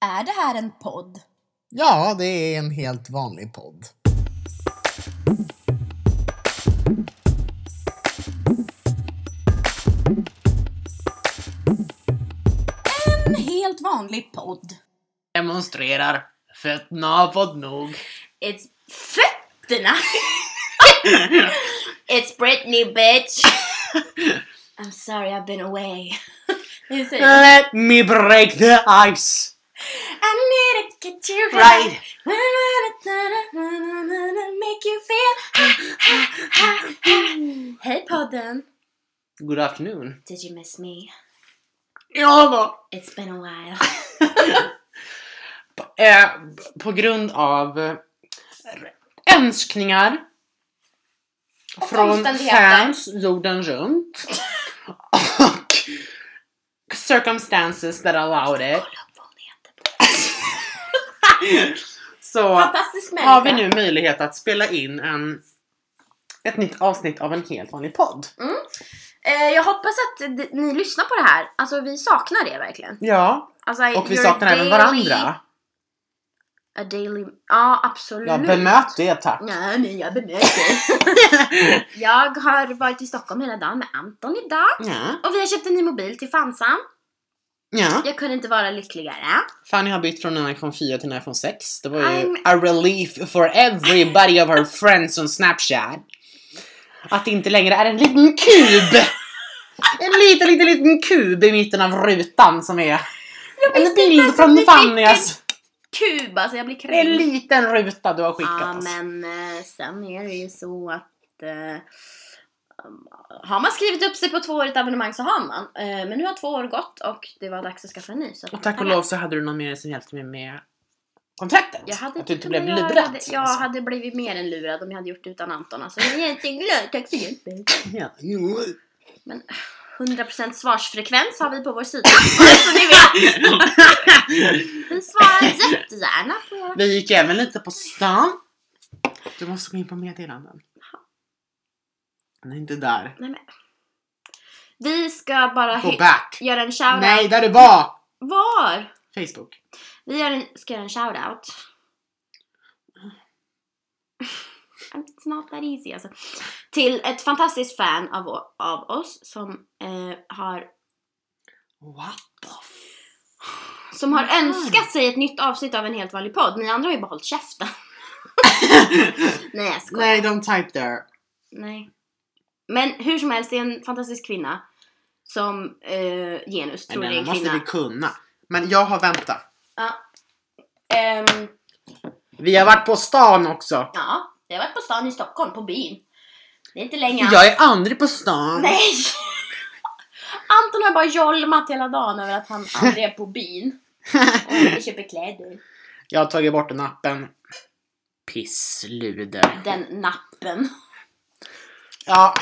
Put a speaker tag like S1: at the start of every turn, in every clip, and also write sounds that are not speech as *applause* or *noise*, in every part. S1: Är det här en podd?
S2: Ja, det är en helt vanlig podd.
S1: En helt vanlig podd.
S3: Demonstrerar. Fötterna har fått nog.
S4: It's
S1: *laughs*
S4: fötterna! It's Britney bitch! I'm sorry I've been away. Hur säger
S1: Eh.
S4: man?
S3: Let me break the ice!
S4: I need to get you
S3: Right!
S4: Make you feel... Hej podden!
S3: Good afternoon.
S4: Did you miss me?
S3: Ja då.
S4: It's been a while.
S3: Eh, på grund av eh, önskningar från
S4: omständigheter.
S3: fans jorden runt och circumstances that allowed it
S4: Kolla upp vad hon heter.
S3: så
S4: Fantastisk människa.
S3: har vi nu möjlighet att spela in en, ett nytt avsnitt av en helt vanlig podd.
S4: Eh, jag hoppas att d- ni lyssnar på det här. Alltså vi saknar det verkligen.
S3: Ja,
S4: Alltså, I-
S3: och vi
S4: your
S3: saknar även
S4: daily-
S3: varandra.
S4: A daily... Ja, absolut.
S3: Ja, bemöt det
S4: *laughs*
S3: tack.
S4: Nej, men jag bemöter. *laughs* jag har varit i Stockholm hela dagen med Anton idag.
S3: Ja,
S4: Och vi har köpt en ny mobil till Fansan.
S3: ja.
S4: Jag kunde inte vara lyckligare.
S3: Fanny har bytt från en iPhone 4 till en iPhone 6. Det var ju
S4: I'm-
S3: a relief for everybody of her friends on Snapchat. Att det inte längre är en liten kub! En liten, liten, liten kub i mitten av rutan som är en bild från
S4: ni
S3: Fannys.
S4: Kub, alltså jag blir
S3: Det är en
S4: kränkt.
S3: liten ruta du har skickat alltså.
S4: Ja,
S3: oss.
S4: men eh, sen är det ju så att eh, um, har man skrivit upp sig på två år abonnemang så har man. Eh, men nu har två år gått och det var dags att skaffa en ny. Så att-
S3: Och tack och lov så hade du någon mer som hjälpte mig med kontraktet.
S4: Jag hade
S3: att du inte
S4: kunnat
S3: blev
S4: göra
S3: lurad. alltså.
S4: det. Jag hade blivit mer än lurad om jag hade gjort det utan Anton. Alltså, jag är jätteglad, tack så hjälpen.
S3: Ja, jo.
S4: 100% svarsfrekvens har vi på vår sida. Så ni vet. Vi svarar jättegärna på era...
S3: Vi gick även lite på stan. Du måste gå in på meddelanden. Den är inte där.
S4: Nej, men. Vi ska bara
S3: Gå
S4: hy-
S3: back.
S4: göra en shoutout.
S3: Nej, där du var!
S4: Var?
S3: Facebook.
S4: Vi gör en... ska göra en shoutout. It's not that easy alltså. Till ett fantastiskt fan av, o- av oss som eh, har *laughs*
S3: What the f...
S4: Som har önskat sig ett nytt avsnitt av en helt vanlig podd. Ni andra har ju bara hållit käften. *laughs* Nej jag skojar.
S3: Nej, don't type there.
S4: Nej. Men hur som helst, det är en fantastisk kvinna. Som eh, genus tror
S3: Nej,
S4: alltså, det är en
S3: den måste
S4: kvinna.
S3: vi kunna. Men jag har väntat.
S4: Ehm,
S3: Vi har varit på stan också.
S4: ja, jag har varit på stan i Stockholm, på byn. Det är inte länge.
S3: Jag är aldrig på stan.
S4: Nej! *laughs* Anton har bara jolmat hela dagen över att han aldrig är på byn. Och inte köper kläder.
S3: *laughs* Jag har tagit bort den appen. Pissluder.
S4: Den nappen.
S3: Ja,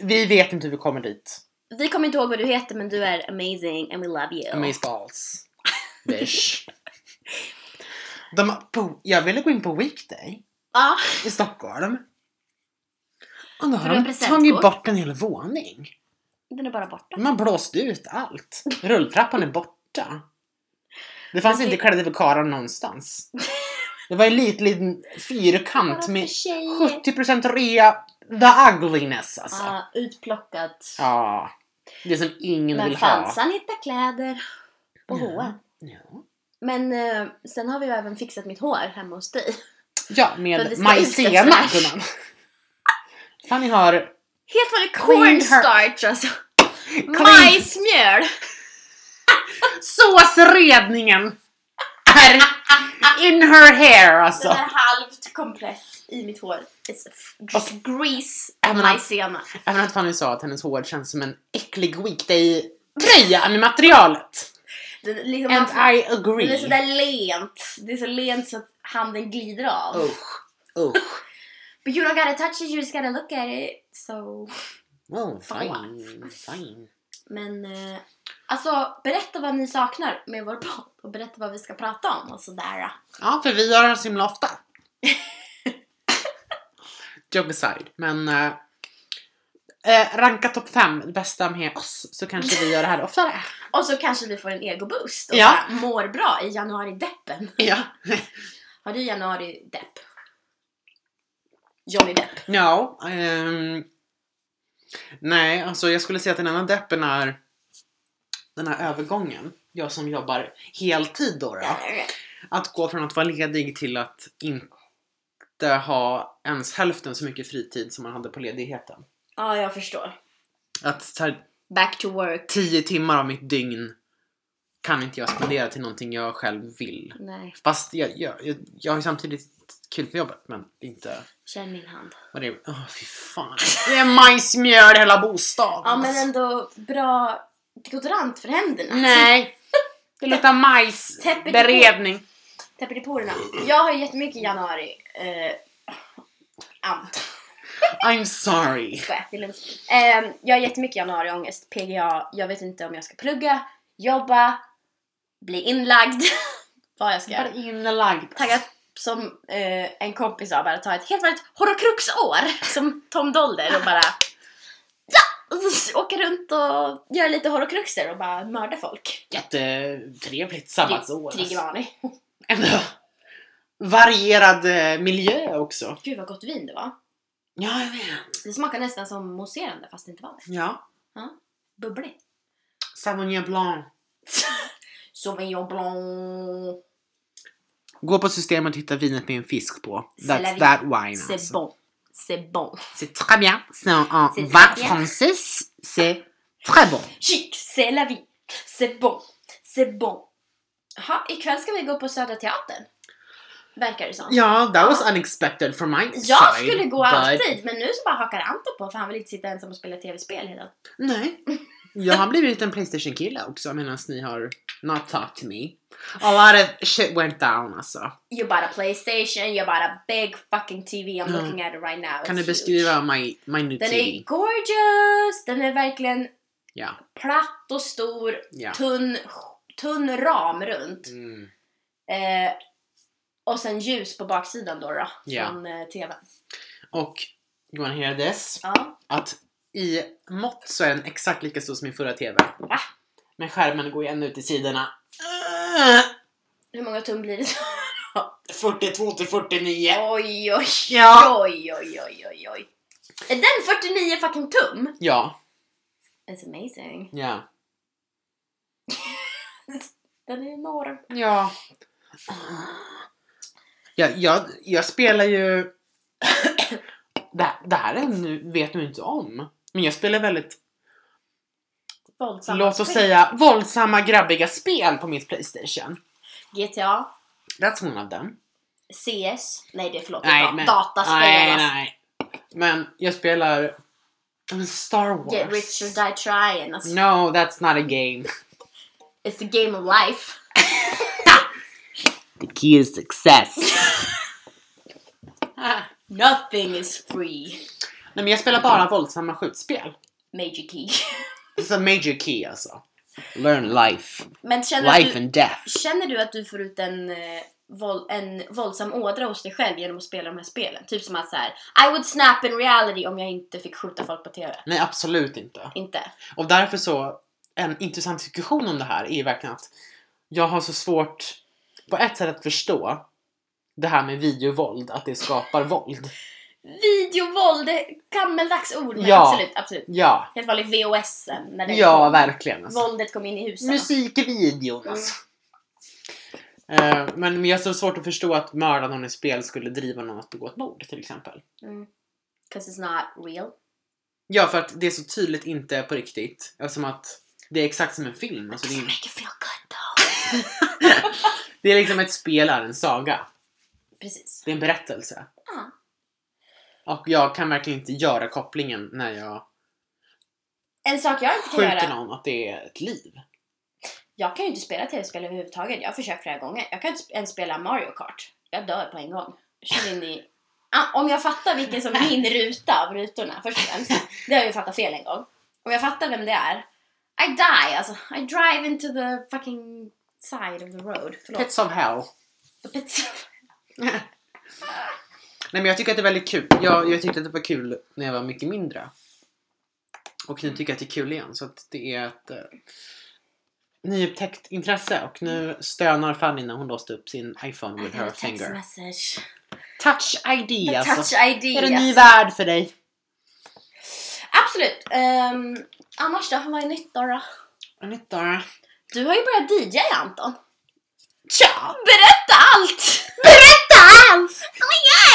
S3: vi vet inte hur vi kommer dit.
S4: Vi kommer inte ihåg vad du heter men du är amazing and we love you.
S3: Amazeballs. Bish. De, på, jag ville gå in på Weekday
S4: *laughs* Ja.
S3: i Stockholm. Och då
S4: För
S3: har
S4: du har
S3: de
S4: presentkort.
S3: tagit bort en hel våning.
S4: Den är bara borta. *laughs*
S3: Man blåste ut allt. Rulltrappan är borta. Det fanns
S4: Men det-
S3: inte kladivekarar någonstans. Det var en liten, liten fyrkant
S4: Bara
S3: med
S4: för tjejer.
S3: 70% rea. The ugliness alltså.
S4: Ja, utplockat.
S3: Ja. Det som ingen
S4: Men
S3: vill ha. Mm.
S4: Fansan hittar kläder på
S3: Ja.
S4: H&M.
S3: Ja.
S4: Men eh, sen har vi ju även fixat mitt hår hemma hos dig.
S3: Ja,
S4: För vi
S3: med
S4: ska
S3: majsena
S4: utsättas.
S3: gumman. Fanny har...
S4: Helt var det
S3: Clean her-
S4: cornstarch alltså. Majsmjöl.
S3: Såsredningen! Är in her hair
S4: Den
S3: alltså.
S4: är halvt komplett i mitt hår. It's f-
S3: Och-
S4: grease
S3: Jag
S4: and
S3: menar-
S4: majsena.
S3: Även att Fanny sa att hennes hår känns som en äcklig weekday-tröja med materialet.
S4: Den, är liksom, man,
S3: And
S4: får-
S3: I
S4: den är
S3: agree.
S4: sådär lent. Det är så lent så att handen glider av.
S3: Usch, usch.
S4: But you don't gotta touch it, you just gotta look at it. So...
S3: Oh, fine, fine.
S4: Men eh, alltså berätta vad ni saknar med vår podd och berätta vad vi ska prata om och sådär. *laughs*
S3: Ja, för vi gör det så himla ofta. Joke aside, men... eh, eh, ranka topp fem bästa med oss så kanske vi gör det här oftare.
S4: Och så kanske vi får en egoboost och
S3: Ja.
S4: bara mår bra i januari-deppen.
S3: Ja.
S4: Har du januari-depp? Johnny Depp.
S3: Ja. ehm, nej, alltså jag skulle säga att den ena deppen är den här övergången. Jag som jobbar heltid då. då. Att gå från att vara ledig till att inte ha ens hälften så mycket fritid som man hade på ledigheten.
S4: Ja, jag förstår.
S3: Att så här,
S4: Back to work.
S3: tio timmar av mitt dygn kan inte jag spendera till någonting jag själv vill.
S4: Nej,
S3: Fast jag, jag, jag, jag har ju samtidigt kul på jobbet men inte...
S4: känn min hand.
S3: Vad det är... Åh fy fan. Det är majsmjöl i hela bostaden. alltså.
S4: Ja, men ändå bra deodorant för händerna. *laughs*
S3: Nej. Det luktar majs.
S4: Täpper till.
S3: Beredning.
S4: Täpper i porerna. Jag har ju jättemycket i januari. Eh, ant.
S3: I'm sorry.
S4: Skoja, det är lugnt. Ehm, jag har jättemycket januariångest. PGA, jag vet inte om jag ska plugga, jobba, bli inlagd. *laughs* Vad jag ska
S3: Bara
S4: göra.
S3: inlagd.
S4: Taggat som eh, en kompis sa, bara ta ett helt vanligt horokruxår som Tom Dolder och bara ja! Åka runt och göra lite horokruxer och bara mörda folk.
S3: Jättetrevligt sabbatsår.
S4: Triggervarning.
S3: Ändå. Varierad eh, miljö också.
S4: Gud vad gott vin det var.
S3: Ja, jag vet.
S4: Det smakar nästan som mousserande fast det inte var det.
S3: Ja.
S4: Bubblig.
S3: Sauvignon blanc.
S4: Sauvignon blanc.
S3: Gå på systemet och hitta vinet med en fisk på.
S4: C'est la
S3: That's
S4: vie.
S3: that wine.
S4: C'est
S3: Alltså.
S4: bon. C'est bon.
S3: C'est très bien. C'est un
S4: C'est
S3: vin
S4: très bien.
S3: français. C'est très bon.
S4: Chic, c'est la vie. C'est bon. C'est bon. Jaha, ikväll ska vi gå på Södra Teatern. Verkar det som.
S3: Ja, that was unexpected from my
S4: Jag
S3: side.
S4: skulle gå
S3: but-
S4: alltid, men nu så bara hakar Anton på för han vill inte sitta ensam och spela tv-spel hela dagen.
S3: Nej. Jag har blivit en Playstation-kille också medan ni har not talked to me. A lot of shit went down alltså.
S4: You bought a Playstation, you bought a big fucking TV, I'm
S3: Ja.
S4: looking at it right now.
S3: Kan
S4: It's
S3: du
S4: huge.
S3: beskriva my, my new
S4: Den är
S3: TV?
S4: gorgeous! Den är verkligen
S3: Ja.
S4: platt och stor,
S3: Ja.
S4: tunn, tunn ram runt.
S3: Mm.
S4: Eh, och sen ljus på baksidan då, då
S3: Ja.
S4: från eh, tvn.
S3: Och, you wanna hear this?
S4: Ja.
S3: Att i mått så är den exakt lika stor som min förra TV.
S4: Va?
S3: Men skärmen går ju ännu ut i sidorna. Äh,
S4: Hur många tum blir det?
S3: 42 till 49.
S4: *laughs* Oj, oj,
S3: Ja.
S4: oj, oj, oj, oj, oj. Är den 49 fucking tum?
S3: Ja,
S4: It's amazing.
S3: ja.
S4: Den är enorm.
S3: Ja. Jag, jag, jag spelar ju... det, det här är nu, vet du inte om. Men jag spelar väldigt,
S4: Våldsam.
S3: låt oss säga, våldsamma grabbiga spel på mitt Playstation.
S4: GTA,
S3: That's one of them.
S4: CS, nej det är förlåt,
S3: Nej,
S4: da-
S3: men-
S4: dataspel.
S3: Nej,
S4: alltså.
S3: nej. Men jag spelar men Star Wars.
S4: Get rich or die trying. Alltså.
S3: No, that's not a game.
S4: It's the game of life.
S3: The key is success.
S4: Nothing is free.
S3: Nej men jag spelar bara våldsamma skjutspel.
S4: Major key. *laughs*
S3: It's a major key alltså. Learn life.
S4: Men känner,
S3: Life
S4: du,
S3: and death.
S4: känner du att du får ut en, eh, våld, en våldsam ådra hos dig själv genom att spela de här spelen? Typ som att så här, I would snap in reality om jag inte fick skjuta folk på TV.
S3: Nej, absolut inte.
S4: Inte?
S3: Och därför så, en intressant diskussion om det här är ju verkligen att jag har så svårt, på ett sätt att förstå det här med videovåld, att det skapar våld.
S4: Videovåld, det är gammeldags ord men
S3: Ja.
S4: absolut, absolut.
S3: Ja,
S4: Helt vanlig VHS -en, när den
S3: ja
S4: kom.
S3: verkligen. Alltså.
S4: Våldet kom in i husen.
S3: Musikvideon alltså. Eh, Men men jag har så svårt att förstå att mörda någon i spel skulle driva någon att begå ett mord till exempel.
S4: Mm. Cause it's not real.
S3: Ja, för att det är så tydligt inte på riktigt. Eftersom att det är exakt som en film. Alltså det, är,
S4: make you feel good though.
S3: det är liksom ett spel, är en saga.
S4: Precis.
S3: Det är en berättelse.
S4: Ja.
S3: Och jag kan verkligen inte göra kopplingen när jag
S4: En sak jag inte kan
S3: skjuter
S4: göra.
S3: någon att det är ett liv.
S4: Jag kan ju inte spela tv-spel överhuvudtaget. Jag har försökt flera gånger. Jag kan inte sp- ens spela Mario Kart. Jag dör på en gång. Jag Kör in i... Ah, om jag fattar vilken som är
S3: *laughs*
S4: min ruta av rutorna först och främst. Det har jag ju fattat fel en gång. Om jag fattar vem det är. I die alltså. I drive into the fucking side of the road. Förlåt.
S3: Pets of hell.
S4: Pizza.
S3: Nej men jag tycker att det är väldigt kul. Jag, jag tyckte att det var kul när jag var mycket mindre. Och nu tycker jag att det är kul igen. Så att det är ett eh, nyupptäckt intresse. Och nu
S4: Mm.
S3: stönar Fanny när hon låste upp sin iPhone with her
S4: Text
S3: finger.
S4: message.
S3: Touch ID
S4: The
S3: alltså.
S4: Touch ID.
S3: Är det en ny
S4: alltså.
S3: värld för dig?
S4: Absolut. Ehm, annars då? Vad är nytt då, då?
S3: Nytta.
S4: Du har ju börjat DJa Anton.
S3: Tja!
S4: Berätta allt!
S3: Berätta allt! *laughs*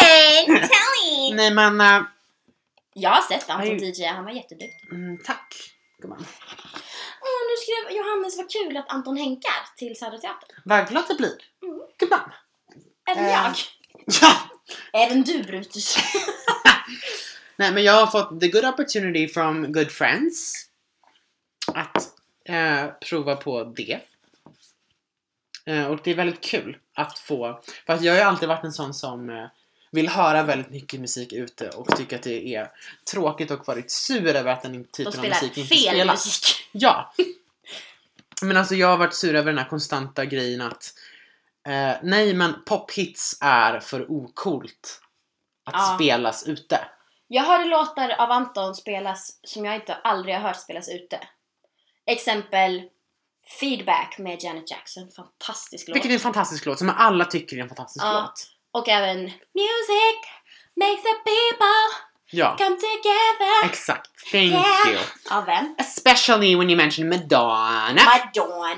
S4: Hey, tell
S3: Nej men, eh,
S4: Jag har sett Anton
S3: Nej.
S4: DJa, han var jätteduktig.
S3: mm, tack gumman.
S4: Åh, nu skrev Johannes vad kul att Anton hänkar till Söderteatern.
S3: Vad glad det blir.
S4: Mm.
S3: Gumman.
S4: Även
S3: Eh.
S4: jag.
S3: Ja!
S4: Även du
S3: *laughs*
S4: Brutus.
S3: Nej men jag har fått the good opportunity from good friends. Att eh, prova på det. Eh, och det är väldigt kul att få, för att jag har ju alltid varit en sån som eh, vill höra väldigt mycket musik ute och tycker att det är tråkigt och varit sur över att den
S4: De
S3: typen av
S4: spelar
S3: musik inte
S4: fel
S3: spelas.
S4: musik.
S3: Ja. *laughs* Men alltså jag har varit sur över den här konstanta grejen att eh, nej men pophits är för ocoolt att
S4: Ja.
S3: spelas ute.
S4: Jag hörde låtar av Anton spelas som jag inte aldrig har hört spelas ute. Exempel Feedback med Janet Jackson. Fantastisk låt.
S3: Vilket är en fantastisk låt som alla tycker är en fantastisk
S4: Ja.
S3: låt.
S4: Och även Oh, Music makes the people
S3: Ja,
S4: come together.
S3: exakt. Thank
S4: Yeah.
S3: you.
S4: Av vem?
S3: Especially when you mention Madonna.
S4: Madonna.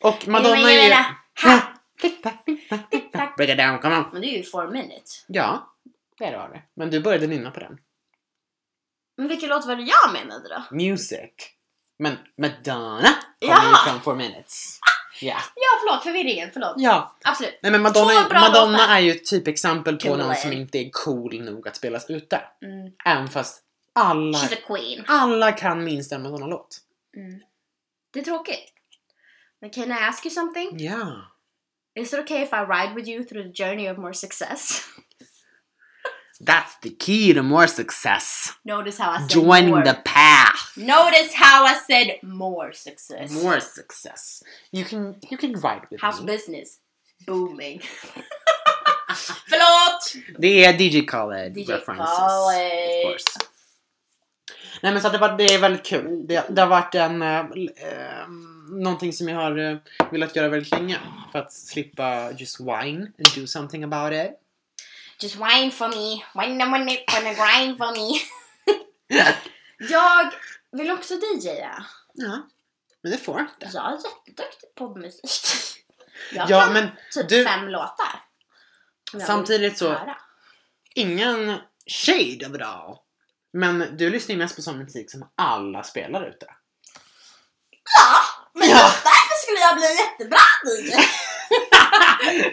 S3: Och Ah. Madonna
S4: Jag
S3: är ju... Ah,
S4: menar, ha.
S3: Tick-tack, Break it down, come on.
S4: Men det är ju four minutes.
S3: Ja, det var det. Men du började nynna på den.
S4: Men vilken låt var det jag menade då?
S3: Music. Men Madonna kommer
S4: Jaha.
S3: ju från four minutes. Ja.
S4: Ja, förlåt. Förvirringen. Förlåt.
S3: Ja.
S4: Absolut.
S3: Nej men Madonna,
S4: Ah! Två bra
S3: Madonna
S4: låtar.
S3: är ju ett typexempel på
S4: Cool.
S3: någon som inte är cool nog att spelas ute.
S4: Mm.
S3: Även fast alla,
S4: She's a queen.
S3: alla kan minst en Madonna-låt.
S4: Mm. Det är tråkigt. Men can I ask you something?
S3: Ja.
S4: Is it okay if I ride with you through the journey of more success? *laughs*
S3: That's the key to more success.
S4: Notice how I said more.
S3: Joining the path.
S4: Notice how I said more success.
S3: More success. You can you can ride with
S4: House
S3: me.
S4: business booming. *laughs* Förlåt!
S3: Det är DJ Khaled
S4: DJ
S3: references.
S4: Khaled.
S3: Of course. Nej men så att det, var, det är väldigt kul. Det, det har varit en, eh, l- eh, någonting som jag har eh, velat göra väldigt länge. För att slippa just whine and do something about it.
S4: Just whine for me, whine when it wanna grind for me. Jag vill också DJa.
S3: ja, men det får jag inte.
S4: Jag är jätteduktig på *laughs* musik. Jag
S3: Ja
S4: kan
S3: men
S4: typ
S3: du-
S4: fem låtar. som jag
S3: Samtidigt
S4: vill
S3: så-
S4: höra.
S3: ingen shade of it all. Men du lyssnar ju mest på sån musik som alla spelar ute.
S4: Ja! Men
S3: Ja.
S4: just därför skulle jag bli en jättebra *laughs* DJ.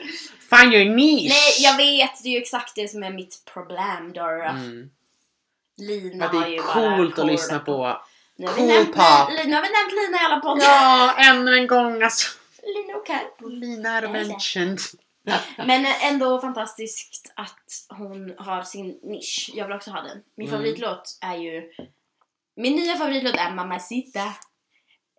S3: *laughs* Find your niche!
S4: Nej, jag vet. Det är ju exakt det som är mitt problem, Dora.
S3: Mm.
S4: Lina
S3: Att det
S4: har ju
S3: är coolt
S4: bara
S3: att lyssna på.
S4: Nu har, vi
S3: Cool
S4: nämnt,
S3: pop.
S4: Li- nu har vi nämnt Lina i alla poddar.
S3: Ja, ännu en gång alltså.
S4: Lina och Kaj.
S3: Lina är mentioned.
S4: Men ändå fantastiskt att hon har sin nisch. Jag vill också ha den. Min
S3: Mm.
S4: favoritlåt är ju... Min nya favoritlåt är Mamacita.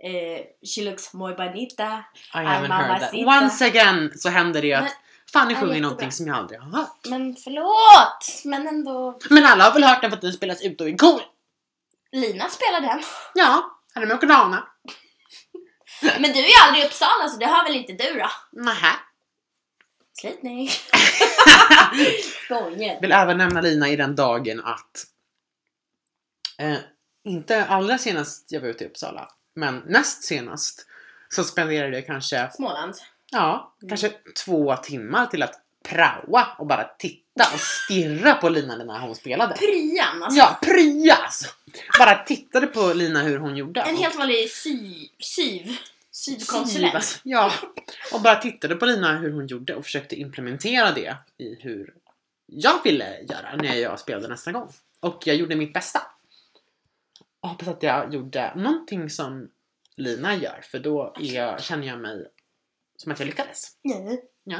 S4: Eh, she looks muy bonita.
S3: I haven't heard that.
S4: mamacita.
S3: Once again så händer det ju
S4: Men-
S3: att Fanny
S4: Ja,
S3: sjunger
S4: jättebra.
S3: någonting som jag aldrig har hört.
S4: Men förlåt! Men ändå...
S3: Men alla har väl hört den för att den spelas ute och är cool?
S4: Lina spelar
S3: *laughs*
S4: den.
S3: Ja, hade man kunnat ana.
S4: Men du är ju aldrig i Uppsala så det har väl inte du då?
S3: Nähä. *laughs*
S4: Slitning. Skojen.
S3: Vill även nämna Lina i den dagen att eh, inte allra senast jag var ute i Uppsala, men näst senast så spenderade jag kanske,
S4: Småland.
S3: ja, kanske två timmar till att praoa och bara titta och stirra på Lina när hon spelade.
S4: Prian alltså.
S3: Ja, prya alltså! Bara tittade på Lina hur hon gjorde.
S4: En
S3: Och-
S4: helt vanlig sy, syv. Syvkonsulent.
S3: Syvas. Ja, och bara tittade på Lina hur hon gjorde och försökte implementera det i hur jag ville göra när jag spelade nästa gång. Och jag gjorde mitt bästa. Och hoppas att jag gjorde någonting som Lina gör för då är jag, känner jag mig som att jag lyckades.
S4: Nej.
S3: Ja.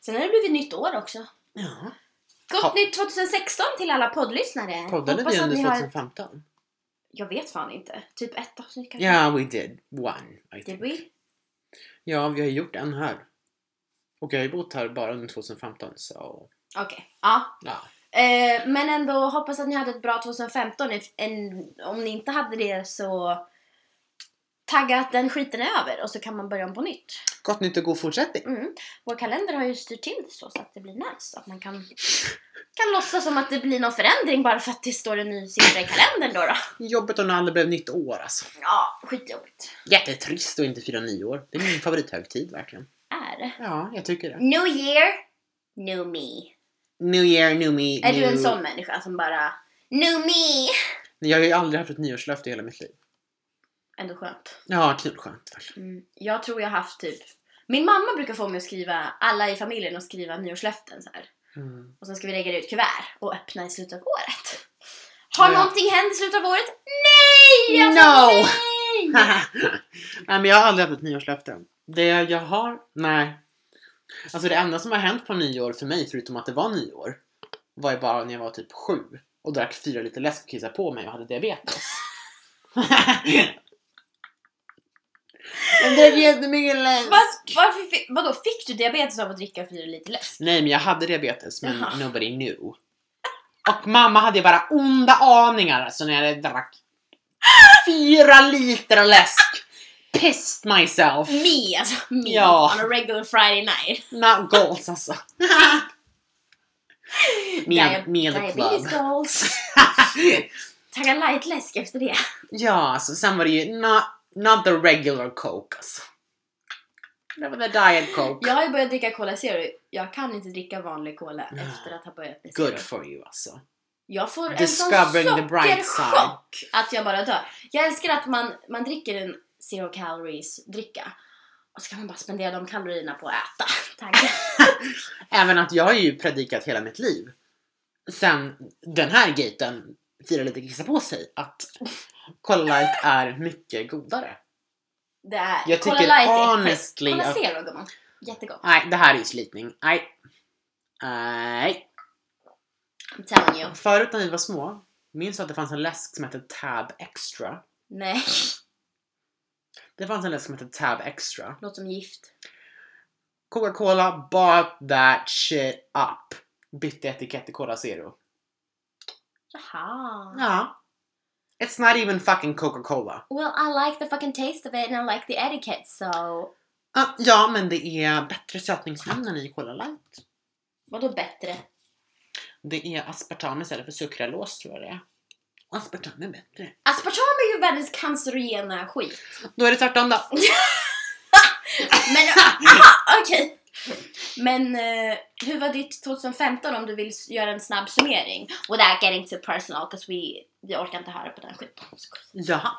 S4: Sen har det blivit nytt år också.
S3: Ja.
S4: Gott
S3: Ja.
S4: nytt 2016 till alla poddlyssnare!
S3: Poddade
S4: Hoppas
S3: vi
S4: att
S3: under
S4: ni har-
S3: 2015?
S4: Jag vet fan inte. Typ ett avsnitt
S3: Ja,
S4: kanske?
S3: we did. One. I
S4: Did
S3: think.
S4: we?
S3: Ja, vi har gjort en här. Och jag har ju bott här bara under 2015 så...
S4: Okej. Ja.
S3: Ja.
S4: Eh, men ändå hoppas att ni hade ett bra 2015. If- En, om ni inte hade det så tagga att den skiten är över och så kan man börja om på nytt.
S3: Gott nytt och god fortsättning.
S4: Mm. Vår kalender har ju styrt till det så, så att det blir nice. Att man kan, kan låtsas som att det blir någon förändring bara för att det står en ny siffra i kalendern då. då.
S3: Jobbigt om det aldrig blev nytt år alltså.
S4: Ja, skitjobbigt.
S3: Jättetrist att inte fira nyår. Det är min favorithögtid verkligen.
S4: Är.
S3: Ja, jag tycker det.
S4: New year, new me.
S3: New year, new me,
S4: Är
S3: new...
S4: du en sån människa som bara new me?
S3: Jag har ju aldrig haft ett nyårslöfte i hela mitt liv.
S4: Ändå skönt.
S3: Ja, kul, skönt verkligen.
S4: Mm. Jag tror jag haft typ min mamma brukar få mig att skriva, alla i familjen att skriva nyårslöften så här.
S3: Mm.
S4: Och sen ska vi lägga det i ett kuvert och öppna i slutet av året. Har
S3: Ja.
S4: någonting hänt i slutet av året? Nej! Jag sa *laughs*
S3: No!
S4: nej!
S3: *laughs* nej, men jag har aldrig haft ett nyårslöfte. Det jag har, nej. Alltså det enda som har hänt på nyår för mig, förutom att det var nyår, var ju bara när jag var typ sju och drack fyra liter läsk och kissade på mig och hade diabetes. Jag drack jättemycket läsk.
S4: Var, varför, fi- vadå, fick du diabetes av att dricka fyra liter läsk?
S3: Nej men jag hade diabetes men
S4: Jaha.
S3: nobody knew. Och mamma hade ju bara onda aningar alltså när jag drack fyra liter läsk. Pissed myself.
S4: Me alltså, me
S3: Ja.
S4: on a regular Friday night.
S3: Not goals alltså. Med,
S4: Dia-
S3: med the
S4: Diabetes
S3: club.
S4: goals. Tagga light-läsk efter det.
S3: *laughs* ja, alltså sen var det ju not, not the regular coke alltså. Det var the diet coke.
S4: Jag har ju börjat dricka Cola Zero. Jag kan inte dricka vanlig Cola
S3: Nej.
S4: efter att ha börjat med Zero.
S3: Good for you alltså.
S4: Jag får en sån
S3: Discovering the bright side.
S4: sockerchock att jag bara dör. Jag älskar att man, man dricker en zero calories dricka och så kan man bara spendera de kalorierna på att äta. *laughs*
S3: *laughs*
S4: Tack.
S3: Även att jag har ju predikat hela mitt liv sen den här gaten firar lite kissa på sig att Cola Light är mycket godare.
S4: Det är,
S3: Jag
S4: Cola
S3: tycker
S4: Light är
S3: honestly
S4: skit.
S3: att-
S4: Cola zero gumman. Jättegott.
S3: Nej, det här är ju slitning. Nej. Nej.
S4: I'm telling you.
S3: Förut när vi var små, minns du att det fanns en läsk som hette Tab Extra?
S4: Nej.
S3: Det fanns en läsk som hette Tab Extra.
S4: Låter som gift.
S3: Coca-Cola bought that shit up. Bytte etikett till Cola Zero.
S4: Jaha.
S3: Ja. It's not even fucking Coca-Cola.
S4: Well I like the fucking taste of it and I like the etiquette so...
S3: Ah, ja, men det är bättre sötningsämnen i Cola Light.
S4: Vadå bättre?
S3: Det är aspartam istället för sukralos tror jag det är. Aspartam är bättre.
S4: Aspartam är ju världens cancerogena skit.
S3: Då är det tvärtom då.
S4: *laughs* Men aha, okej. Men eh, hur var ditt 2015 om du vill s- göra en snabb summering? Without getting too personal, 'cause we, vi orkar inte höra på den skiten.
S3: Jaha.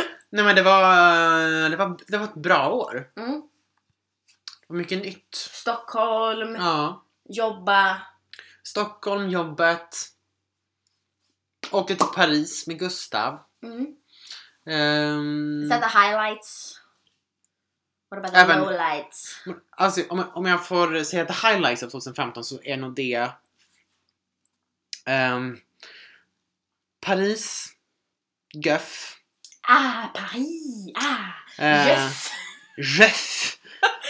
S3: *laughs* Nej men det var, det var, det var ett bra år.
S4: Mm.
S3: Och mycket nytt.
S4: Stockholm,
S3: Ja.
S4: jobba.
S3: Stockholm, jobbet. Åkte till Paris med Gustav.
S4: Mm.
S3: Ehm,
S4: Is that the highlights? What about the
S3: Även-
S4: lowlights?
S3: alltså, om, jag- om jag får säga the highlights av 2015 så är nog det ehm, Paris, Göff,
S4: Ah, Paris! Ah!
S3: Eh,
S4: Yes! *laughs*
S3: Jeff.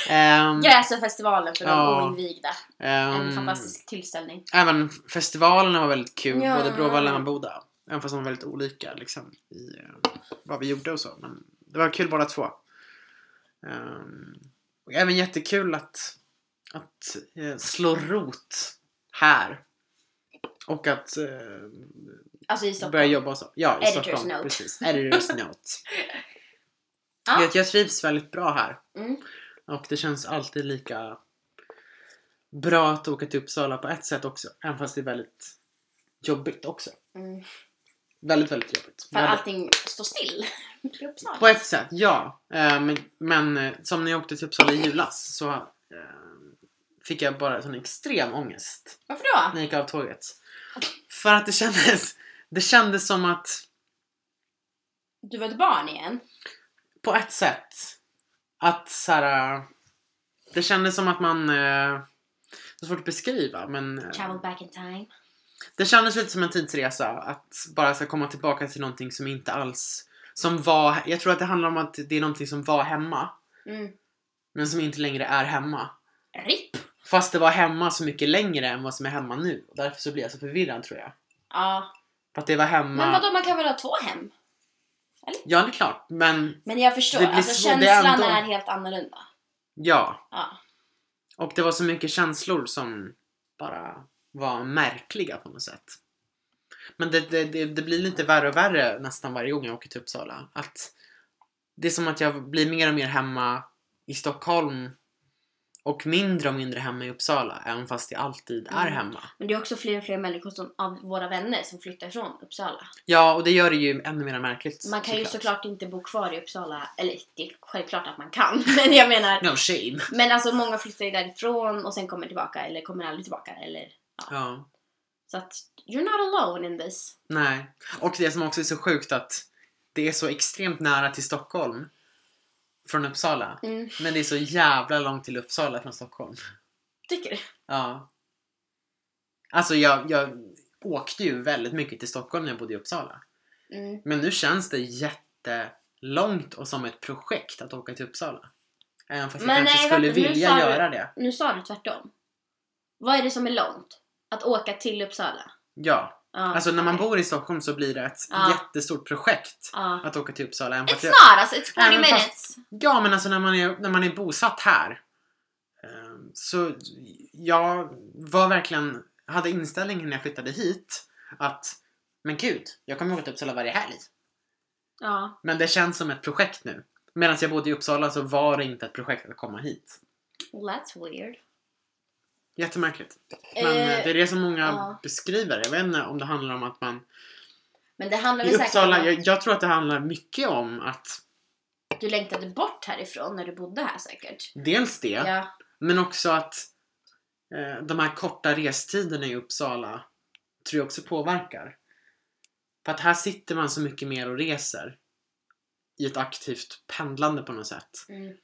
S3: Ehm,
S4: Gräsöfestivalen för de
S3: Ja.
S4: oinvigda. En
S3: ehm,
S4: fantastisk tillställning.
S3: Även festivalerna var väldigt kul,
S4: Ja.
S3: både Bråvalla och Hamboda. Även fast de var väldigt olika liksom, i eh, vad vi gjorde och så. Men det var kul båda två. Ehm, och även jättekul att, att eh, slå rot här. Och att eh,
S4: Alltså i
S3: börja
S4: Stockholm.
S3: jobba och så. Ja, i
S4: Editor's
S3: Stockholm.
S4: note.
S3: Precis.
S4: *laughs*
S3: Editors note.
S4: Ah.
S3: Jag, jag trivs väldigt bra här.
S4: Mm.
S3: Och det känns alltid lika bra att åka till Uppsala på ett sätt också. Även fast det är väldigt jobbigt också.
S4: Mm.
S3: Väldigt, väldigt jobbigt.
S4: För
S3: Väldigt-
S4: allting står
S3: *laughs*
S4: still. I Uppsala.
S3: På ett sätt, ja. Eh, Men, men eh, som när jag åkte till Uppsala i julas så eh, fick jag bara sån extrem ångest
S4: Varför då?
S3: när jag gick av tåget.
S4: *laughs*
S3: För att det kändes, det kändes som att
S4: Du var ett barn igen.
S3: på ett sätt att så här, äh, det kändes som att man äh, det är svårt att beskriva men äh,
S4: Travel back in time.
S3: det kändes lite som en tidsresa att bara så här, komma tillbaka till någonting som inte alls som var, jag tror att det handlar om att det är någonting som var hemma
S4: Mm.
S3: men som inte längre är hemma
S4: RIP!
S3: Fast det var hemma så mycket längre än vad som är hemma nu. Och därför så blir jag så förvirrad tror jag.
S4: Ja.
S3: För att det var hemma...
S4: Men vadå, man kan väl ha två hem?
S3: Ja, det är klart. Men
S4: Men jag förstår,
S3: Det blir
S4: alltså
S3: svårt, det är
S4: känslan
S3: ändå-
S4: är helt annorlunda.
S3: ja.
S4: Ja.
S3: Och det var så mycket känslor som bara var märkliga på något sätt. Men det, det, det, det blir lite värre och värre nästan varje gång jag åker till Uppsala. Att det är som att jag blir mer och mer hemma i Stockholm och mindre och mindre hemma i Uppsala. Även fast jag alltid är
S4: Mm.
S3: hemma.
S4: Men det är också fler och fler människor som, av våra vänner som flyttar från Uppsala.
S3: Ja, och det gör det ju ännu mer märkligt.
S4: Man kan ju såklart inte bo kvar i Uppsala, eller det är självklart att man kan, *laughs* men jag menar
S3: No shame.
S4: Men alltså många flyttar ju därifrån och sen kommer tillbaka eller kommer aldrig tillbaka eller
S3: Ja.
S4: så att you're not alone in this.
S3: Nej. Och det som också är så sjukt att det är så extremt nära till Stockholm från Uppsala.
S4: Mm.
S3: Men det är så jävla långt till Uppsala från Stockholm.
S4: Tycker du?
S3: Ja. Alltså jag, jag åkte ju väldigt mycket till Stockholm när jag bodde i Uppsala.
S4: Mm.
S3: Men nu känns det jättelångt och som ett projekt att åka till Uppsala. Även fast jag
S4: Men
S3: kanske
S4: nej,
S3: skulle
S4: vänta, nu
S3: vilja
S4: sa du-
S3: göra det.
S4: Nu sa du tvärtom. Vad är det som är långt? Att åka till Uppsala?
S3: Ja.
S4: Ja.
S3: Alltså när man bor i Stockholm så blir det ett
S4: Ja.
S3: jättestort projekt
S4: Ja.
S3: att åka till Uppsala. även
S4: It's
S3: fast jag-
S4: not alltså, it's 40
S3: Även fast-
S4: minutes.
S3: Ja, men alltså när man är, när man är bosatt här. eh, Så jag var verkligen, hade inställningen när jag flyttade hit att men gud, jag kommer åka till Uppsala varje helg.
S4: Ja.
S3: Men det känns som ett projekt nu. Medan jag bodde i Uppsala så var det inte ett projekt att komma hit.
S4: Well, that's weird.
S3: Jättemärkligt. Men eh,
S4: Eh,
S3: det är det som många
S4: ja.
S3: beskriver. Jag vet inte om det handlar om att man...
S4: Men det handlar
S3: I
S4: väl säkert om
S3: Uppsala,
S4: att
S3: jag, jag tror att det handlar mycket om att
S4: du längtade bort härifrån när du bodde här säkert.
S3: dels det,
S4: Ja.
S3: Men också att eh, de här korta restiderna i Uppsala tror jag också påverkar. För att här sitter man så mycket mer och reser i ett aktivt pendlande på något sätt.
S4: Mm.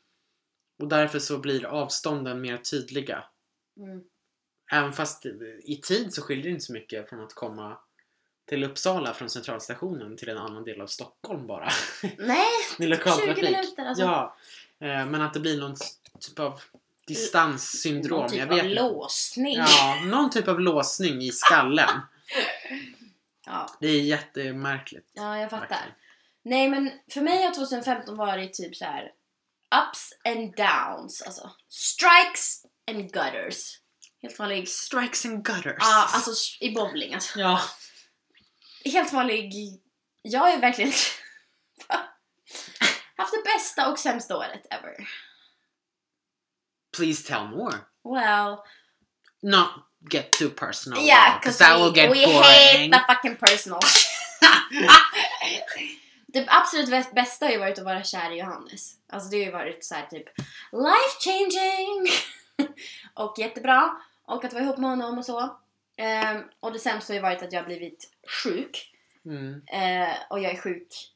S3: Och därför så blir avstånden mer tydliga.
S4: Mm.
S3: Även fast i tid så skiljer det inte så mycket från att komma till Uppsala från centralstationen till en annan del av Stockholm bara. *laughs*
S4: Nej, 20
S3: Med lokaltrafik.
S4: Typ minuter alltså.
S3: Ja, eh, men att det blir någon typ av distanssyndrom.
S4: Någon typ
S3: jag vet
S4: av
S3: inte.
S4: låsning.
S3: Ja, någon typ av låsning i skallen.
S4: Ja.
S3: Det är jättemärkligt.
S4: Ja, jag fattar.
S3: Verkligen.
S4: Nej, men för mig har 2015 varit typ så här ups and downs, alltså strikes and gutters. Helt vanlig.
S3: Strikes and gutters.
S4: Ja, alltså s- i bowling alltså.
S3: Ja.
S4: Helt vanlig. Jag är verkligen *laughs* haft det bästa och sämsta året ever.
S3: Please tell more.
S4: Well,
S3: Not get too personal.
S4: yeah,
S3: though,
S4: cause
S3: Oh, that will
S4: we,
S3: get
S4: we hate
S3: boring.
S4: the fucking personal. det absolut vä- bästa har ju varit att vara kär i Johannes. Alltså det har ju varit så här typ life changing *laughs* och jättebra och att vara ihop med honom och så. Ehm, och det sämsta har ju varit att jag har blivit sjuk
S3: Mm.
S4: Eh, och jag är sjuk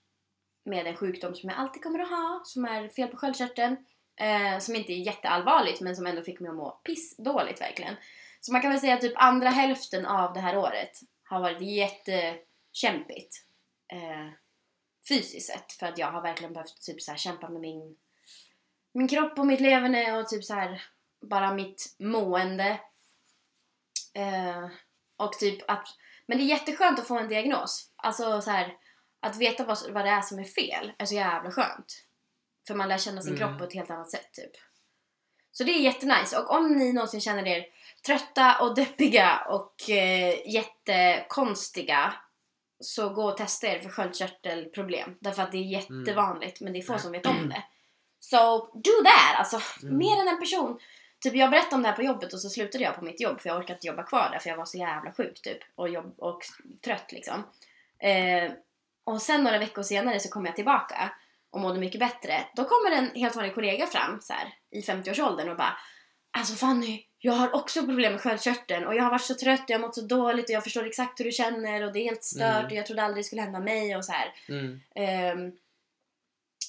S4: med en sjukdom som jag alltid kommer att ha, som är fel på sköldkörteln. Eh, som inte är jätteallvarligt men som ändå fick mig att må pissdåligt verkligen. Så man kan väl säga att typ andra hälften av det här året har varit jättekämpigt. Eh, fysiskt sett för att jag har verkligen behövt typ så här kämpa med min, min kropp och mitt leverne och typ så här bara mitt mående. Eh, och typ att men det är jätteskönt att få en diagnos. Alltså så här, att veta vad, vad det är som är fel är så jävla skönt. För man lär känna sin
S3: Mm.
S4: kropp på ett helt annat sätt typ. Så det är jättenice. Och om ni någonsin känner er trötta och deppiga och eh, jättekonstiga så gå och testa er för sköldkörtelproblem. Därför att det är jättevanligt men det är få som vet om det. So do that! Alltså
S3: Mm.
S4: mer än en person. Typ jag berättade om det här på jobbet och så slutade jag på mitt jobb för jag orkade inte jobba kvar där för jag var så jävla sjuk typ och, jobb- och trött liksom. Eh, och sen några veckor senare så kom jag tillbaka och mådde mycket bättre. Då kommer en helt vanlig kollega fram så här, i 50-årsåldern och bara Alltså Fanny, jag har också problem med sköldkörteln och jag har varit så trött och jag har mått så dåligt och jag förstår exakt hur du känner och det är helt stört
S3: Mm.
S4: och jag trodde aldrig det skulle hända mig och så här.
S3: Mm.
S4: Ehm,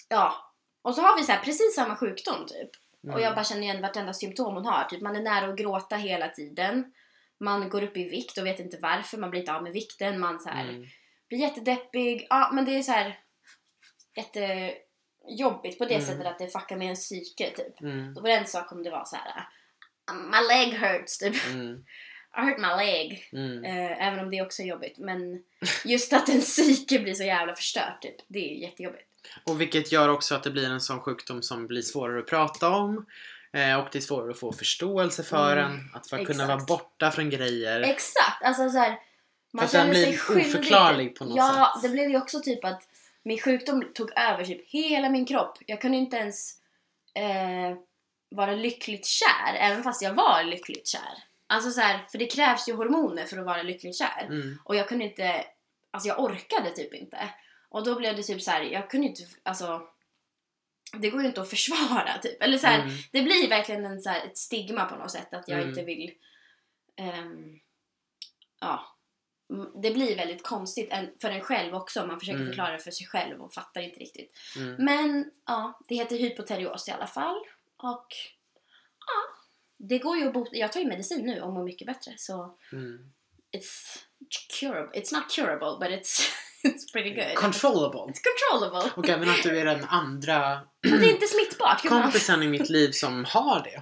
S4: ja. Och så har vi så här precis samma sjukdom typ.
S3: Mm.
S4: Och jag bara känner igen vartenda symptom hon har. Typ man är nära att gråta hela tiden. Man går upp i vikt och vet inte varför. Man blir inte av med vikten. Man så här,
S3: Mm.
S4: blir jättedeppig. Ja, men det är så här jättejobbigt på det
S3: Mm.
S4: sättet att det fuckar med en psyke typ.
S3: Mm.
S4: Då var det en sak om det var så här. "Um, My leg hurts typ.
S3: Mm,
S4: I hurt my leg.
S3: mm.
S4: Eh, även om det också är jobbigt.
S3: *laughs*
S4: Men just att en psyke blir så jävla förstört typ. Det är jättejobbigt.
S3: Och vilket gör också att det blir en sån sjukdom som blir svårare att prata om. Eh, och det är svårare att få förståelse för
S4: Mm,
S3: en. Att för att kunna vara
S4: exakt.
S3: borta från grejer.
S4: Exakt! Alltså så här,
S3: För
S4: man
S3: att den
S4: känner sig
S3: blir
S4: skyldig.
S3: oförklarlig på något
S4: ja,
S3: sätt.
S4: det blev ju också typ att min sjukdom tog över typ hela min kropp. Jag kunde inte ens eh, vara lyckligt kär, även fast jag var lyckligt kär. Alltså så här, för det krävs ju hormoner för att vara lyckligt kär.
S3: Mm,
S4: Och jag kunde inte, alltså jag orkade typ inte. Och då blev det typ så här, jag kunde inte, alltså det går ju inte att försvara typ. Eller så här,
S3: mm,
S4: det blir verkligen en, så här, ett stigma på något sätt att jag
S3: Mm.
S4: inte vill... ehm, ja. Mm, Det blir väldigt konstigt en- för en själv också. Man försöker
S3: Mm.
S4: förklara det för sig själv och fattar inte riktigt.
S3: mm.
S4: Men ja, det heter hypoterios i alla fall. Och ja, det går ju att bota. Jag tar ju medicin nu och mår mycket bättre. Så
S3: Mm.
S4: it's curable. It's not curable but it's, *laughs* it's pretty good.
S3: Controllable.
S4: it's controllable.
S3: Och även att du är den andra
S4: Och det är inte smittbart. *laughs* gud, man-
S3: kompisen i mitt liv som har det.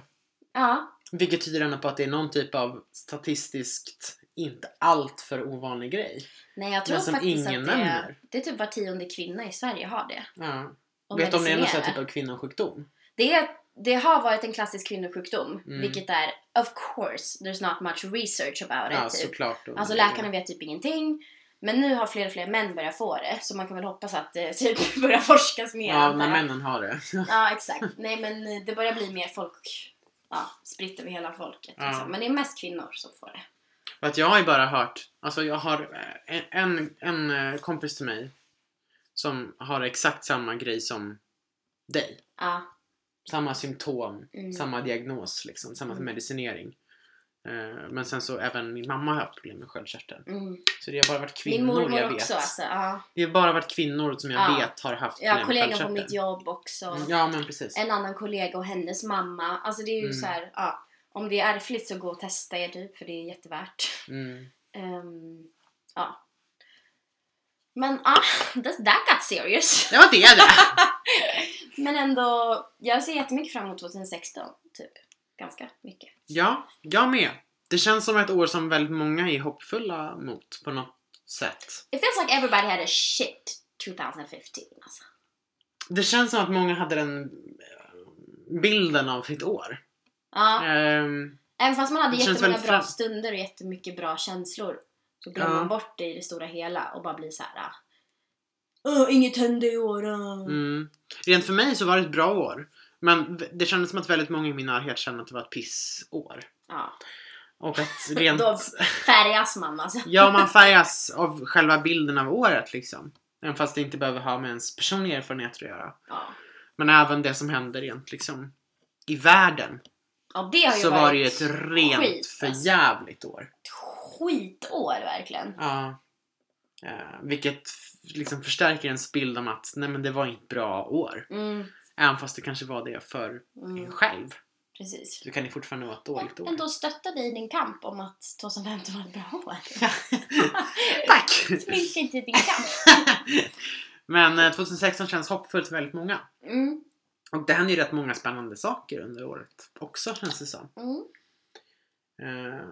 S4: Ja,
S3: Vilket tyder ändå på att det är någon typ av statistiskt inte allt för ovanlig grej.
S4: Nej jag tror
S3: Men som
S4: faktiskt
S3: ingen
S4: att det,
S3: nämner.
S4: det är typ var tionde kvinna i Sverige har det.
S3: Ja.
S4: Och
S3: Vet du om det är någon sån här typ
S4: medicinerar.
S3: av kvinnosjukdom?
S4: det, är, det har varit en klassisk kvinnosjukdom,
S3: Mm.
S4: vilket är of course there's not much research about
S3: Ja,
S4: it. Typ.
S3: såklart. då.
S4: Alltså läkarna vet typ ingenting. Men nu har fler och fler män börjat få det, så man kan väl hoppas att det *laughs* typ börjar forskas mer.
S3: Ja,
S4: antar
S3: när
S4: jag.
S3: männen har det. *laughs*
S4: ja, exakt. Nej men eh, det börjar bli mer folk, ja, spritt över hela folket.
S3: Ja.
S4: Liksom. Men det är mest kvinnor som får det.
S3: För att jag har ju bara hört, alltså jag har eh, en, en eh, kompis till mig som har exakt samma grej som dig.
S4: Ja,
S3: Samma symptom,
S4: Mm.
S3: samma diagnos liksom, samma
S4: Mm.
S3: medicinering. Eh, Men sen så även min mamma har haft problem med sköldkörteln.
S4: mm.
S3: Så det har bara varit
S4: Min
S3: kvinnor
S4: mormor
S3: jag vet.
S4: också alltså. Ja,
S3: Det har bara varit kvinnor som jag
S4: Ja.
S3: vet har haft problem
S4: ja
S3: med
S4: kollegan på
S3: sköldkörteln.
S4: mitt jobb också.
S3: Mm, Ja men precis.
S4: en annan kollega och hennes mamma. Alltså det är ju
S3: Mm.
S4: så här, ja, om det är ärftligt så gå och testa er typ för det är jättevärt.
S3: Mm.
S4: Ehm, ja. Men ja, *laughs* that, that got serious.
S3: Det var det det!
S4: Men ändå, jag ser jättemycket fram emot 2016. Typ. Ganska mycket.
S3: Ja, jag med. Det känns som ett år som väldigt många är hoppfulla mot på något sätt.
S4: It feels like everybody had a shit 2015 alltså.
S3: Det känns som att många hade den eh, bilden av sitt år.
S4: Ja,
S3: Ehm,
S4: även fast man hade
S3: det känns
S4: jättemånga
S3: väldigt
S4: bra
S3: fram-
S4: stunder och jättemycket bra känslor så glömmer
S3: Ja.
S4: man bort det i det stora hela och bara blir så här. "Ah, Åh, inget hände i år. ah."
S3: mm. Rent för mig så var det ett bra år. Men v- det kändes som att väldigt många i min närhet kände att det var ett pissår.
S4: Ja. *laughs*
S3: Och att rent...
S4: Då färgas man alltså.
S3: ja, man färgas av själva bilden av året liksom. Även fast det inte behöver ha med ens personliga erfarenheter att göra.
S4: Ja,
S3: Men även det som händer rent liksom i världen.
S4: ja det har ju
S3: Så
S4: varit
S3: var det ju ett rent
S4: skit, alltså.
S3: förjävligt år.
S4: skitår verkligen.
S3: Ja. Eh, vilket f- liksom förstärker ens bild om att nej men det var inte bra år.
S4: Mm,
S3: Även fast det kanske var det för en
S4: mm,
S3: själv.
S4: precis.
S3: Så kan det fortfarande vara ett dåligt år.
S4: Ändå stötta dig i din kamp om att 2015 var ett bra
S3: *laughs*
S4: år. *laughs*
S3: Tack!
S4: Minska inte din kamp.
S3: *laughs* men eh, 2016 känns hoppfullt för väldigt många.
S4: Mm,
S3: Och det händer ju rätt många spännande saker under året också känns det som.
S4: mm.
S3: Eh,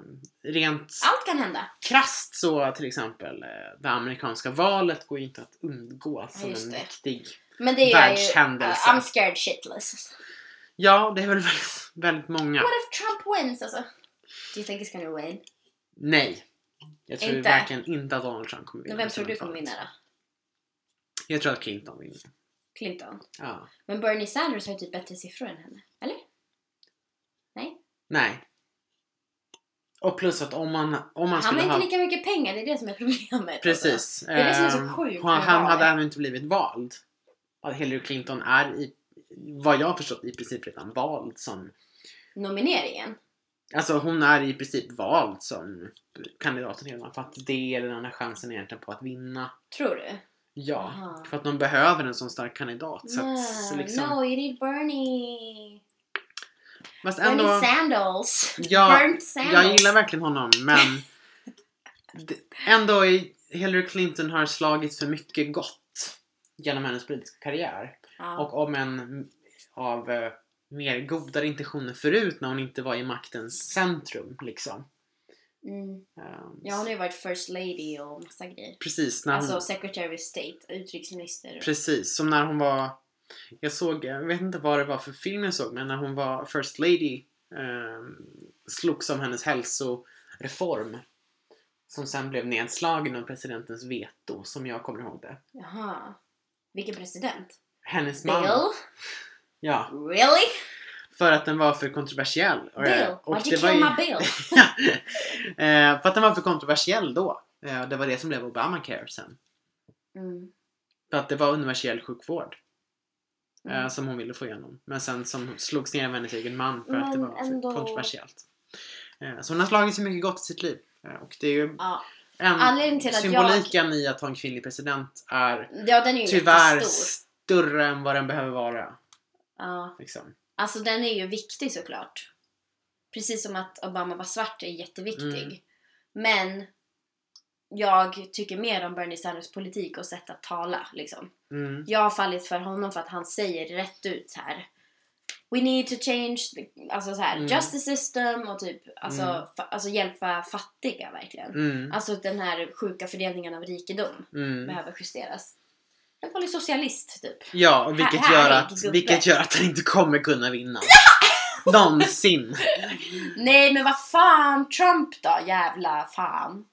S3: rent
S4: Allt kan hända.
S3: krasst så till exempel eh, det amerikanska valet går ju inte att undgå som
S4: just
S3: en
S4: det.
S3: viktig
S4: Men det är ju...
S3: Världshändelse.
S4: I'm scared shitless.
S3: Ja, det är väl väldigt, väldigt många.
S4: What if Trump wins alltså? Do you think he's gonna win?
S3: Nej. Jag tror
S4: Inte?
S3: verkligen inte att Donald Trump kommer vinna.
S4: Men vem
S3: det
S4: tror du kommer
S3: senatet.
S4: vinna då?
S3: Jag tror att Clinton vinner.
S4: Clinton?
S3: Ja.
S4: Men Bernie Sanders har ju typ bättre siffror än henne. Eller?
S3: Nej. Och plus att om man, om
S4: Han har
S3: man skulle
S4: inte
S3: ha...
S4: lika mycket pengar, det är det som är problemet. Alltså.
S3: Precis.
S4: är det som är så
S3: eh,
S4: sjukt
S3: Han,
S4: med
S3: han
S4: valet.
S3: hade även inte blivit vald. Att Hillary Clinton är, i, vad jag har förstått, i princip redan vald som...
S4: Nomineringen?
S3: Alltså hon är i princip vald som kandidaten redan för att det är den enda chansen egentligen på att vinna.
S4: Tror du?
S3: Ja.
S4: Aha.
S3: För att de behöver en sån stark kandidat. Så att,
S4: Nej,
S3: liksom,
S4: No, you need Bernie.
S3: Fast
S4: Bernie
S3: ändå...
S4: Sandals.
S3: Ja,
S4: Bernie Sandals.
S3: Jag gillar verkligen honom men det- ändå är- Hillary Clinton har slagit för mycket gott genom hennes politiska karriär.
S4: Ja.
S3: Och om en av eh, mer godare intentioner förut när hon inte var i maktens centrum. Liksom.
S4: Mm.
S3: Ehm,
S4: Ja, hon har ju varit first lady och massa grejer.
S3: Precis, när hon,
S4: Alltså secretary of state, utrikesminister.
S3: precis, som när hon var... Jag såg, eh, jag vet inte vad det var för film jag såg, men när hon var First Lady um, slogs om hennes hälsoreform. Som sen blev nedslagen av presidentens veto, som jag kommer ihåg det.
S4: Jaha. Vilken president?
S3: Hennes man.
S4: Bill?
S3: Ja,
S4: Really?
S3: för att den var för kontroversiell. Och,
S4: Bill?
S3: och
S4: Why'd
S3: det
S4: you
S3: var
S4: kill
S3: ju-
S4: my Bill?
S3: *laughs* Eh, för att den var för kontroversiell då. Eh, det var det som blev Obamacare sen.
S4: Mm.
S3: För att det var universell sjukvård eh,
S4: Mm.
S3: som hon ville få igenom. Men sen som slogs ner av hennes egen man för att det
S4: Men
S3: var för
S4: ändå.
S3: kontroversiellt. Eh, så hon har slagit så mycket gott i sitt liv. Eh, och det är ju
S4: Ja.
S3: en
S4: Anledningen till att
S3: symboliken i att ha en kvinnlig president är
S4: ja, den är ju
S3: tyvärr
S4: jättestor.
S3: större än vad den behöver vara.
S4: Ja.
S3: Liksom.
S4: Alltså den är ju viktig såklart. Precis som att Obama var svart är jätteviktig.
S3: Mm.
S4: Men jag tycker mer om Bernie Sanders politik och sätt att tala liksom.
S3: Mm.
S4: Jag har fallit för honom för att han säger rätt ut så här. We need to change, the, alltså så här,
S3: Mm.
S4: justice system och typ alltså,
S3: Mm.
S4: fa- alltså hjälpa fattiga verkligen.
S3: Mm.
S4: Alltså den här sjuka fördelningen av rikedom
S3: Mm.
S4: behöver justeras. En vanlig socialist typ.
S3: Ja, och vilket
S4: Här-
S3: gör,
S4: härlig
S3: att,
S4: gubbe. vilket
S3: vilket gör att han inte kommer kunna vinna. Någonsin.
S4: Nej men vad fan Trump då jävla fan.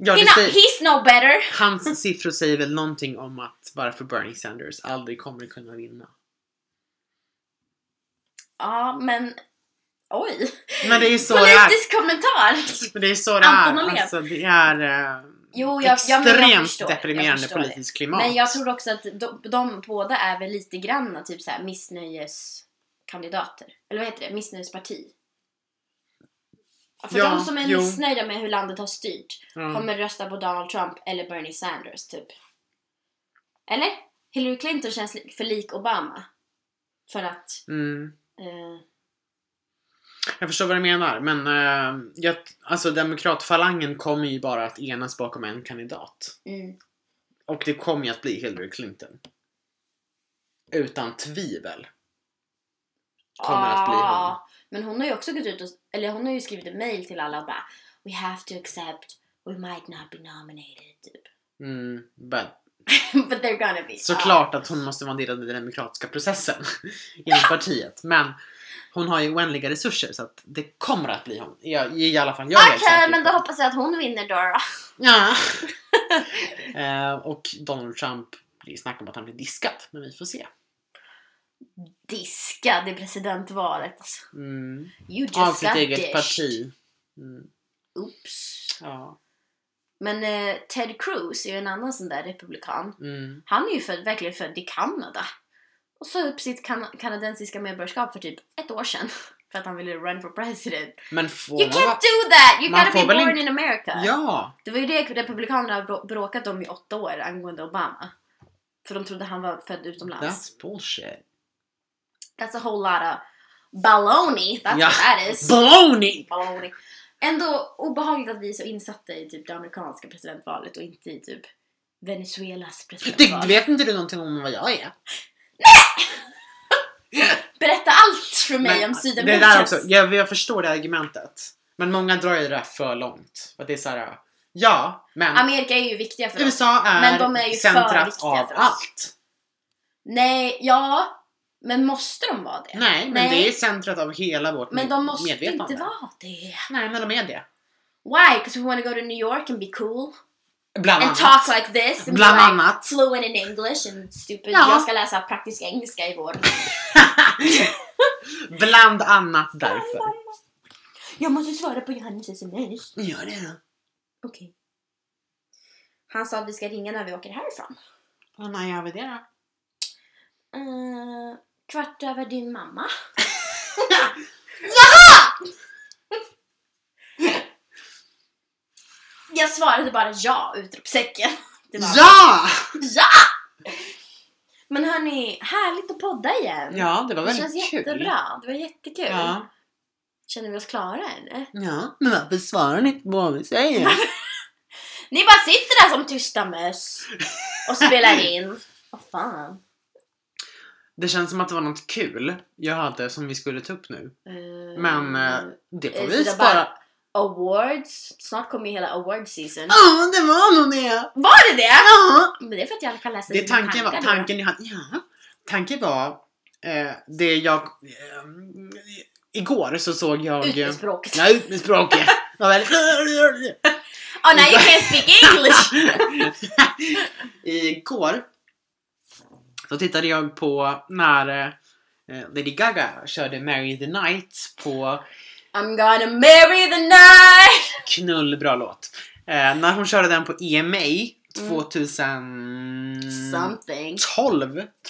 S3: Ja, det
S4: He no-
S3: säger-
S4: he's no better.
S3: Hans siffror säger väl någonting om att varför Bernie Sanders aldrig kommer kunna vinna.
S4: Ja men oj.
S3: Men det är ju så det är.
S4: Politisk kommentar.
S3: Men det är så det är.
S4: Anton Åhlén.
S3: Alltså, det är eh,
S4: Jo, jag- jag-
S3: extremt
S4: men jag förstår. Jag
S3: deprimerande
S4: förstår det.
S3: politiskt klimat.
S4: Men jag tror också att de, de båda är väl lite granna typ så här missnöjeskandidater. Eller vad heter det? Missnöjesparti. För
S3: Ja,
S4: de som är
S3: jo. Mm.
S4: missnöjda med hur landet har styrt
S3: Ja.
S4: kommer rösta på Donald Trump eller Bernie Sanders typ. Eller? Hillary Clinton känns li- för lik Obama. För att...
S3: mm.
S4: Eh,
S3: Jag förstår vad du menar, men eh, jag, alltså, demokratfalangen kommer ju bara att enas bakom en kandidat.
S4: mm,
S3: Och det kommer ju att bli Hillary Clinton. Utan tvivel. Kommer att bli hon.
S4: ah, Men hon har ju också gått ut och... Eller hon har ju skrivit en mail till alla och bara We have to accept we might not be nominated typ. *laughs*
S3: Mm, but
S4: But they're gonna be. Ah.
S3: Såklart att hon måste vara en del av den demokratiska processen *laughs* inom partiet. Men hon har ju oändliga resurser så att det kommer att bli hon. Jag, I alla fall jag är
S4: Okej,
S3: helt säker
S4: men
S3: på
S4: då hoppas jag att hon vinner då. då. *laughs*
S3: det. Ja. Eh, och Donald Trump, det är snack om att han blir diskad. Men vi får se.
S4: Diskad i presidentvalet. Alltså.
S3: Mm.
S4: You just
S3: Av sitt
S4: got
S3: eget
S4: dished.
S3: parti. Mm.
S4: Oops.
S3: Ja.
S4: Men eh, Ted Cruz är ju en annan sån där republikan.
S3: Mm.
S4: Han är ju född, verkligen född i Kanada. Och sa upp sitt kan- kanadensiska medborgarskap för typ ett år sedan. *laughs* För att han ville run for president.
S3: Men får
S4: You
S3: man
S4: can't
S3: va-
S4: do that! You
S3: Man
S4: gotta
S3: får
S4: be
S3: väl
S4: born
S3: inte-
S4: in America.
S3: Ja!
S4: Det var ju det republikanerna har brå- bråkat om i åtta år angående Obama. För de trodde han var född utomlands.
S3: That's bullshit.
S4: That's a whole lot of baloney. That's
S3: Ja.
S4: what that is. *laughs*
S3: Baloney!
S4: Baloney. Ändå obehagligt att vi är så insatta i typ det amerikanska presidentvalet och inte i typ Venezuelas
S3: Du,
S4: presidentval.
S3: vet inte du någonting om vad jag
S4: *laughs*
S3: är? *laughs*
S4: Berätta allt för mig om
S3: Men Det där
S4: Sydamerikas...
S3: också, jag, jag förstår det argumentet. Men många drar ju det där för långt. För att det är så här, ja, men
S4: Amerika är ju viktiga för oss.
S3: USA är,
S4: Men de är ju för
S3: centrat
S4: viktiga
S3: av
S4: för oss.
S3: allt.
S4: Nej, ja. Men måste de vara det?
S3: Nej, men
S4: Nej.
S3: det är centrat av hela vårt
S4: Men
S3: med-
S4: de måste
S3: medvetande.
S4: inte vara det.
S3: Nej, men de är det.
S4: Why? Because we want to go to New York and be cool.
S3: Bland
S4: And
S3: annat.
S4: talk like this. And
S3: Bland
S4: be like
S3: annat.
S4: *laughs* Fluent in English and stupid.
S3: Ja.
S4: Jag ska läsa praktisk engelska i vår.
S3: Bland annat därför.
S4: Jag måste svara på Johannes sms.
S3: Gör det då.
S4: Okej. Han sa att vi ska ringa när vi åker härifrån.
S3: Och när gör vi det då?
S4: Eh, kvart över din mamma. ja! Jag svarade bara ja! Utropstecken. Det var-
S3: Ja!
S4: ja! Men hörni, härligt att podda igen.
S3: Ja, det var
S4: det
S3: väldigt
S4: känns
S3: kul.
S4: jättebra. Det var jättekul.
S3: Ja.
S4: Känner vi oss klara eller?
S3: ja, men varför svarar ni inte på vad vi säger?
S4: Ni bara sitter
S3: *laughs*
S4: där som tysta möss och spelar in. Vad fan.
S3: Det känns som att det var något kul jag hade som vi skulle ta upp nu.
S4: Eh,
S3: Men eh, det får
S4: eh,
S3: vi
S4: så det
S3: spara.
S4: Awards. Snart kommer ju hela awards season.
S3: Ja, det var nog det!
S4: Var det det?
S3: Ja!
S4: Men det är för att jag kan läsa
S3: det
S4: dina
S3: tanken var,
S4: tankar nu.
S3: tanken jag hade, ja. Tanken var, eh, det jag, eh, igår så såg jag...
S4: Ut med språket.
S3: Nej, ut
S4: *laughs*
S3: med språket! Det var väldigt-
S4: Oh, nej, you can't speak
S3: *laughs*
S4: English!
S3: *laughs* Igår så tittade jag på när eh, Lady Gaga körde Marry the Night på
S4: I'm gonna marry the night!
S3: knullbra låt. Eh, när hon körde den på E EMA
S4: Mm.
S3: 2012
S4: Something.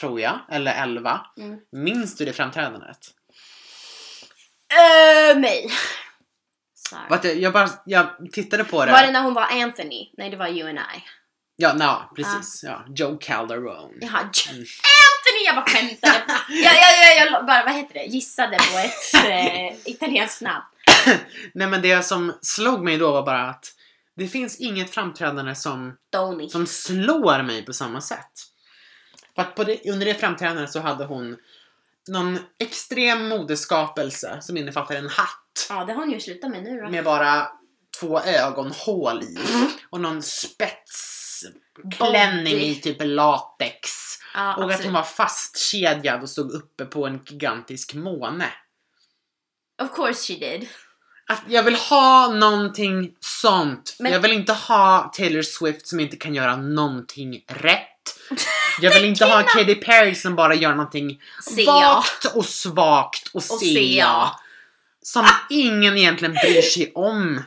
S3: tror jag, eller 11.
S4: Mm.
S3: Minns du det framträdandet?
S4: Uh, mig. Sorry.
S3: Vet du, Jag, bara, jag tittade på det.
S4: Var det när hon var Anthony? Nej, det var you and I.
S3: Ja, na,
S4: Ah.
S3: precis. Ja, Joe Calderone. Mm.
S4: Jaha, Anthony! Jag bara
S3: *laughs*
S4: skämtade. jag, jag, jag, jag bara, vad heter det? Gissade på ett eh, italienskt namn.
S3: Nej men det som slog mig då var bara att det finns inget framträdande som
S4: Tony.
S3: som slår mig på samma sätt. För att på det, under det framträdandet så hade hon någon extrem modeskapelse som innefattar en hatt
S4: Ja, det har hon ju slutat med nu då.
S3: med bara två ögonhål i och någon spetsklänning i typ latex.
S4: Ja,
S3: Och att
S4: absolut.
S3: hon var fastkedjad och stod uppe på en gigantisk måne.
S4: Of course she did.
S3: Att jag vill ha någonting sånt.
S4: Men-
S3: Jag vill inte ha Taylor Swift som inte kan göra någonting rätt. *laughs* Jag vill inte ha Katy Perry som bara gör någonting
S4: Ser jag.
S3: vagt och svagt och
S4: ser jag.
S3: sea. Som ingen egentligen bryr sig om.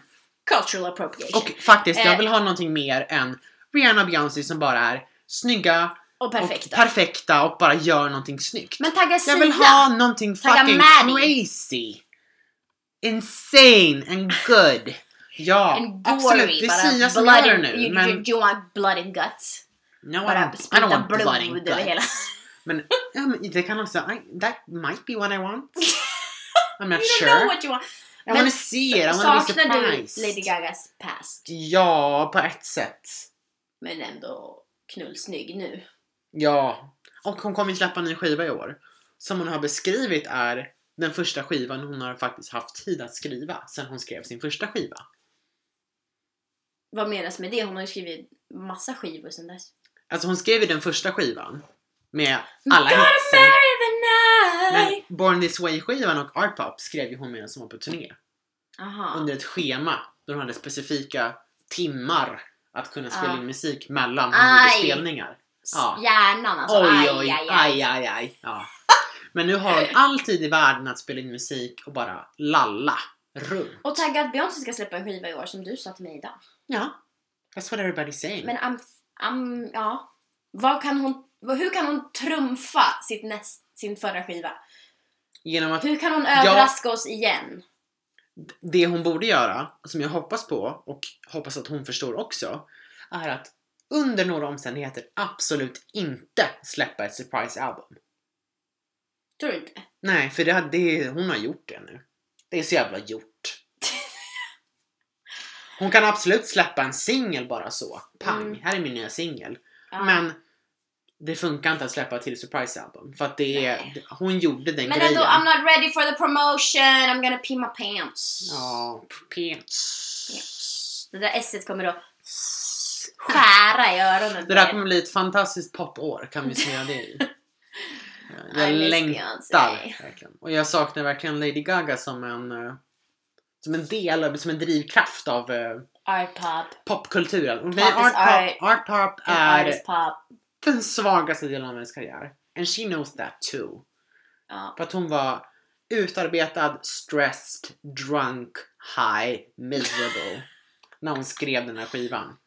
S4: Cultural appropriation.
S3: Och faktiskt, jag
S4: Eh.
S3: vill ha någonting mer än Rihanna och Beyoncé som bara är snygga
S4: Och perfekta.
S3: och, perfekta och bara gör någonting snyggt.
S4: Men tagga Sia.
S3: Jag vill ha någonting
S4: Tagga
S3: fucking
S4: Maddie.
S3: crazy. Insane and good.
S4: *laughs*
S3: Ja,
S4: En gory
S3: absolut. Det
S4: bara.
S3: är Sia som
S4: blood
S3: gör det
S4: and- you,
S3: nu.
S4: you,
S3: Men
S4: you want blood and guts.
S3: no, I
S4: Bara
S3: don't, I don't
S4: sprida
S3: want
S4: blod
S3: blood and guts.
S4: över hela.
S3: *laughs* Men, ja, men det kan också, I, that might be what
S4: *laughs*
S3: I want. I'm
S4: You
S3: not
S4: don't know
S3: sure.
S4: what you want.
S3: I wanna see it, I wanna be
S4: Saknar du
S3: surprised.
S4: Lady Gagas past?
S3: Ja, på ett sätt.
S4: Men ändå knullsnygg nu.
S3: Ja. Och hon kommer ju släppa en ny skiva i år. Som hon har beskrivit är den första skivan hon har faktiskt haft tid att skriva sen hon skrev sin första skiva.
S4: Vad menas med det? Hon har ju skrivit massa skivor sen dess.
S3: Alltså hon skrev ju den första skivan med alla
S4: Gotta
S3: hitsen.
S4: marry the night!
S3: Men Born This Way skivan och Art Pop skrev ju hon medan hon var på turné.
S4: Aha.
S3: Under ett schema där hon hade specifika timmar att kunna spela
S4: Ja.
S3: in musik mellan
S4: Aj.
S3: hon gjorde spelningar. Ja.
S4: Hjärnan alltså.
S3: Oj
S4: aj,
S3: oj,
S4: aj, aj.
S3: aj aj aj. Ja. Men nu har hon all tid i världen att spela in musik och bara lalla runt.
S4: Och taggad Beyoncé ska släppa en skiva i år som du sa till mig idag.
S3: Ja. That's what everybody's saying.
S4: Men I'm, I'm, ja. Vad kan hon, vad- hur kan hon trumfa sitt näst, sin förra skiva?
S3: Genom att
S4: Hur kan hon överraska oss igen?
S3: det hon borde göra, som jag hoppas på och hoppas att hon förstår också, är att under några omständigheter absolut inte släppa ett surprise album.
S4: Tror du inte?
S3: Nej, för det, har- det, hon har gjort det nu. Det är så jävla
S4: *laughs*
S3: gjort. Hon kan absolut släppa en singel bara så. Pang,
S4: Mm.
S3: här är min nya singel.
S4: Ja.
S3: Men det funkar inte att släppa till surprise album. För att det är,
S4: Nej.
S3: hon gjorde den
S4: Men
S3: grejen.
S4: ändå, I'm not ready for the promotion, I'm gonna pee my pants.
S3: Ja,
S4: Pants. Det där esset kommer att skära i öronen.
S3: Det där kommer bli ett fantastiskt popår, kan vi
S4: *laughs*
S3: säga det i. Jag
S4: I miss
S3: längtar
S4: Beyoncé.
S3: verkligen. Och jag saknar verkligen Lady Gaga som en, eh, som en del, av- som en drivkraft av eh,
S4: Art pop,
S3: popkulturen. Och nej,
S4: Pop is
S3: art,
S4: art.
S3: pop, art pop
S4: and
S3: är
S4: artist pop.
S3: den svagaste delen av hennes karriär. And she knows that too.
S4: Ja.
S3: För att hon var utarbetad, stressed, drunk, high, miserable när hon skrev den här skivan.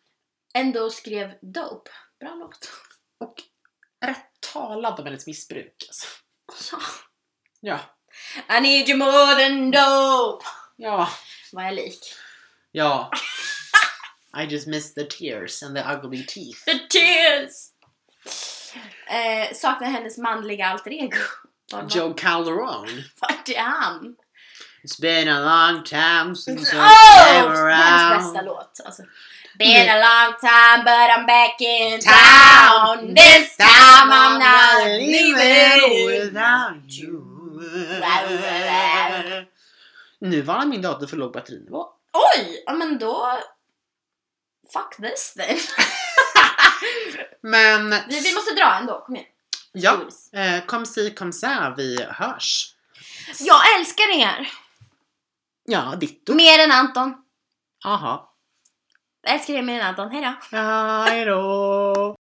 S4: Ändå skrev Dope. Bra låt. *laughs*
S3: Och rätt talad om hennes missbruk alltså.
S4: Alltså,
S3: Ja.
S4: I need you more than dope.
S3: Ja.
S4: Vad är lik?
S3: Ja. I just missed the tears and the ugly teeth.
S4: The tears! Eh, saknar hennes manliga alter ego. Var,
S3: Joe Calderone.
S4: vart är han?
S3: It's been a long time since I've
S4: Oh! Det är
S3: been
S4: hennes
S3: around.
S4: bästa låt. Alltså. Been a long time but I'm back in
S3: Town.
S4: town. This time I'm not leaving.
S3: without you. Nu var min dator för låg batterinivå.
S4: Oj! Ja men då... Fuck this then.
S3: Men
S4: vi, vi måste dra ändå, kom igen.
S3: ja,
S4: Jules.
S3: eh, kom si kom så, vi hörs.
S4: Jag älskar er!
S3: Ja, ditto.
S4: Mer än Anton.
S3: Jaha.
S4: Jag älskar er mer än Anton, hejdå!
S3: Ja, hejdå.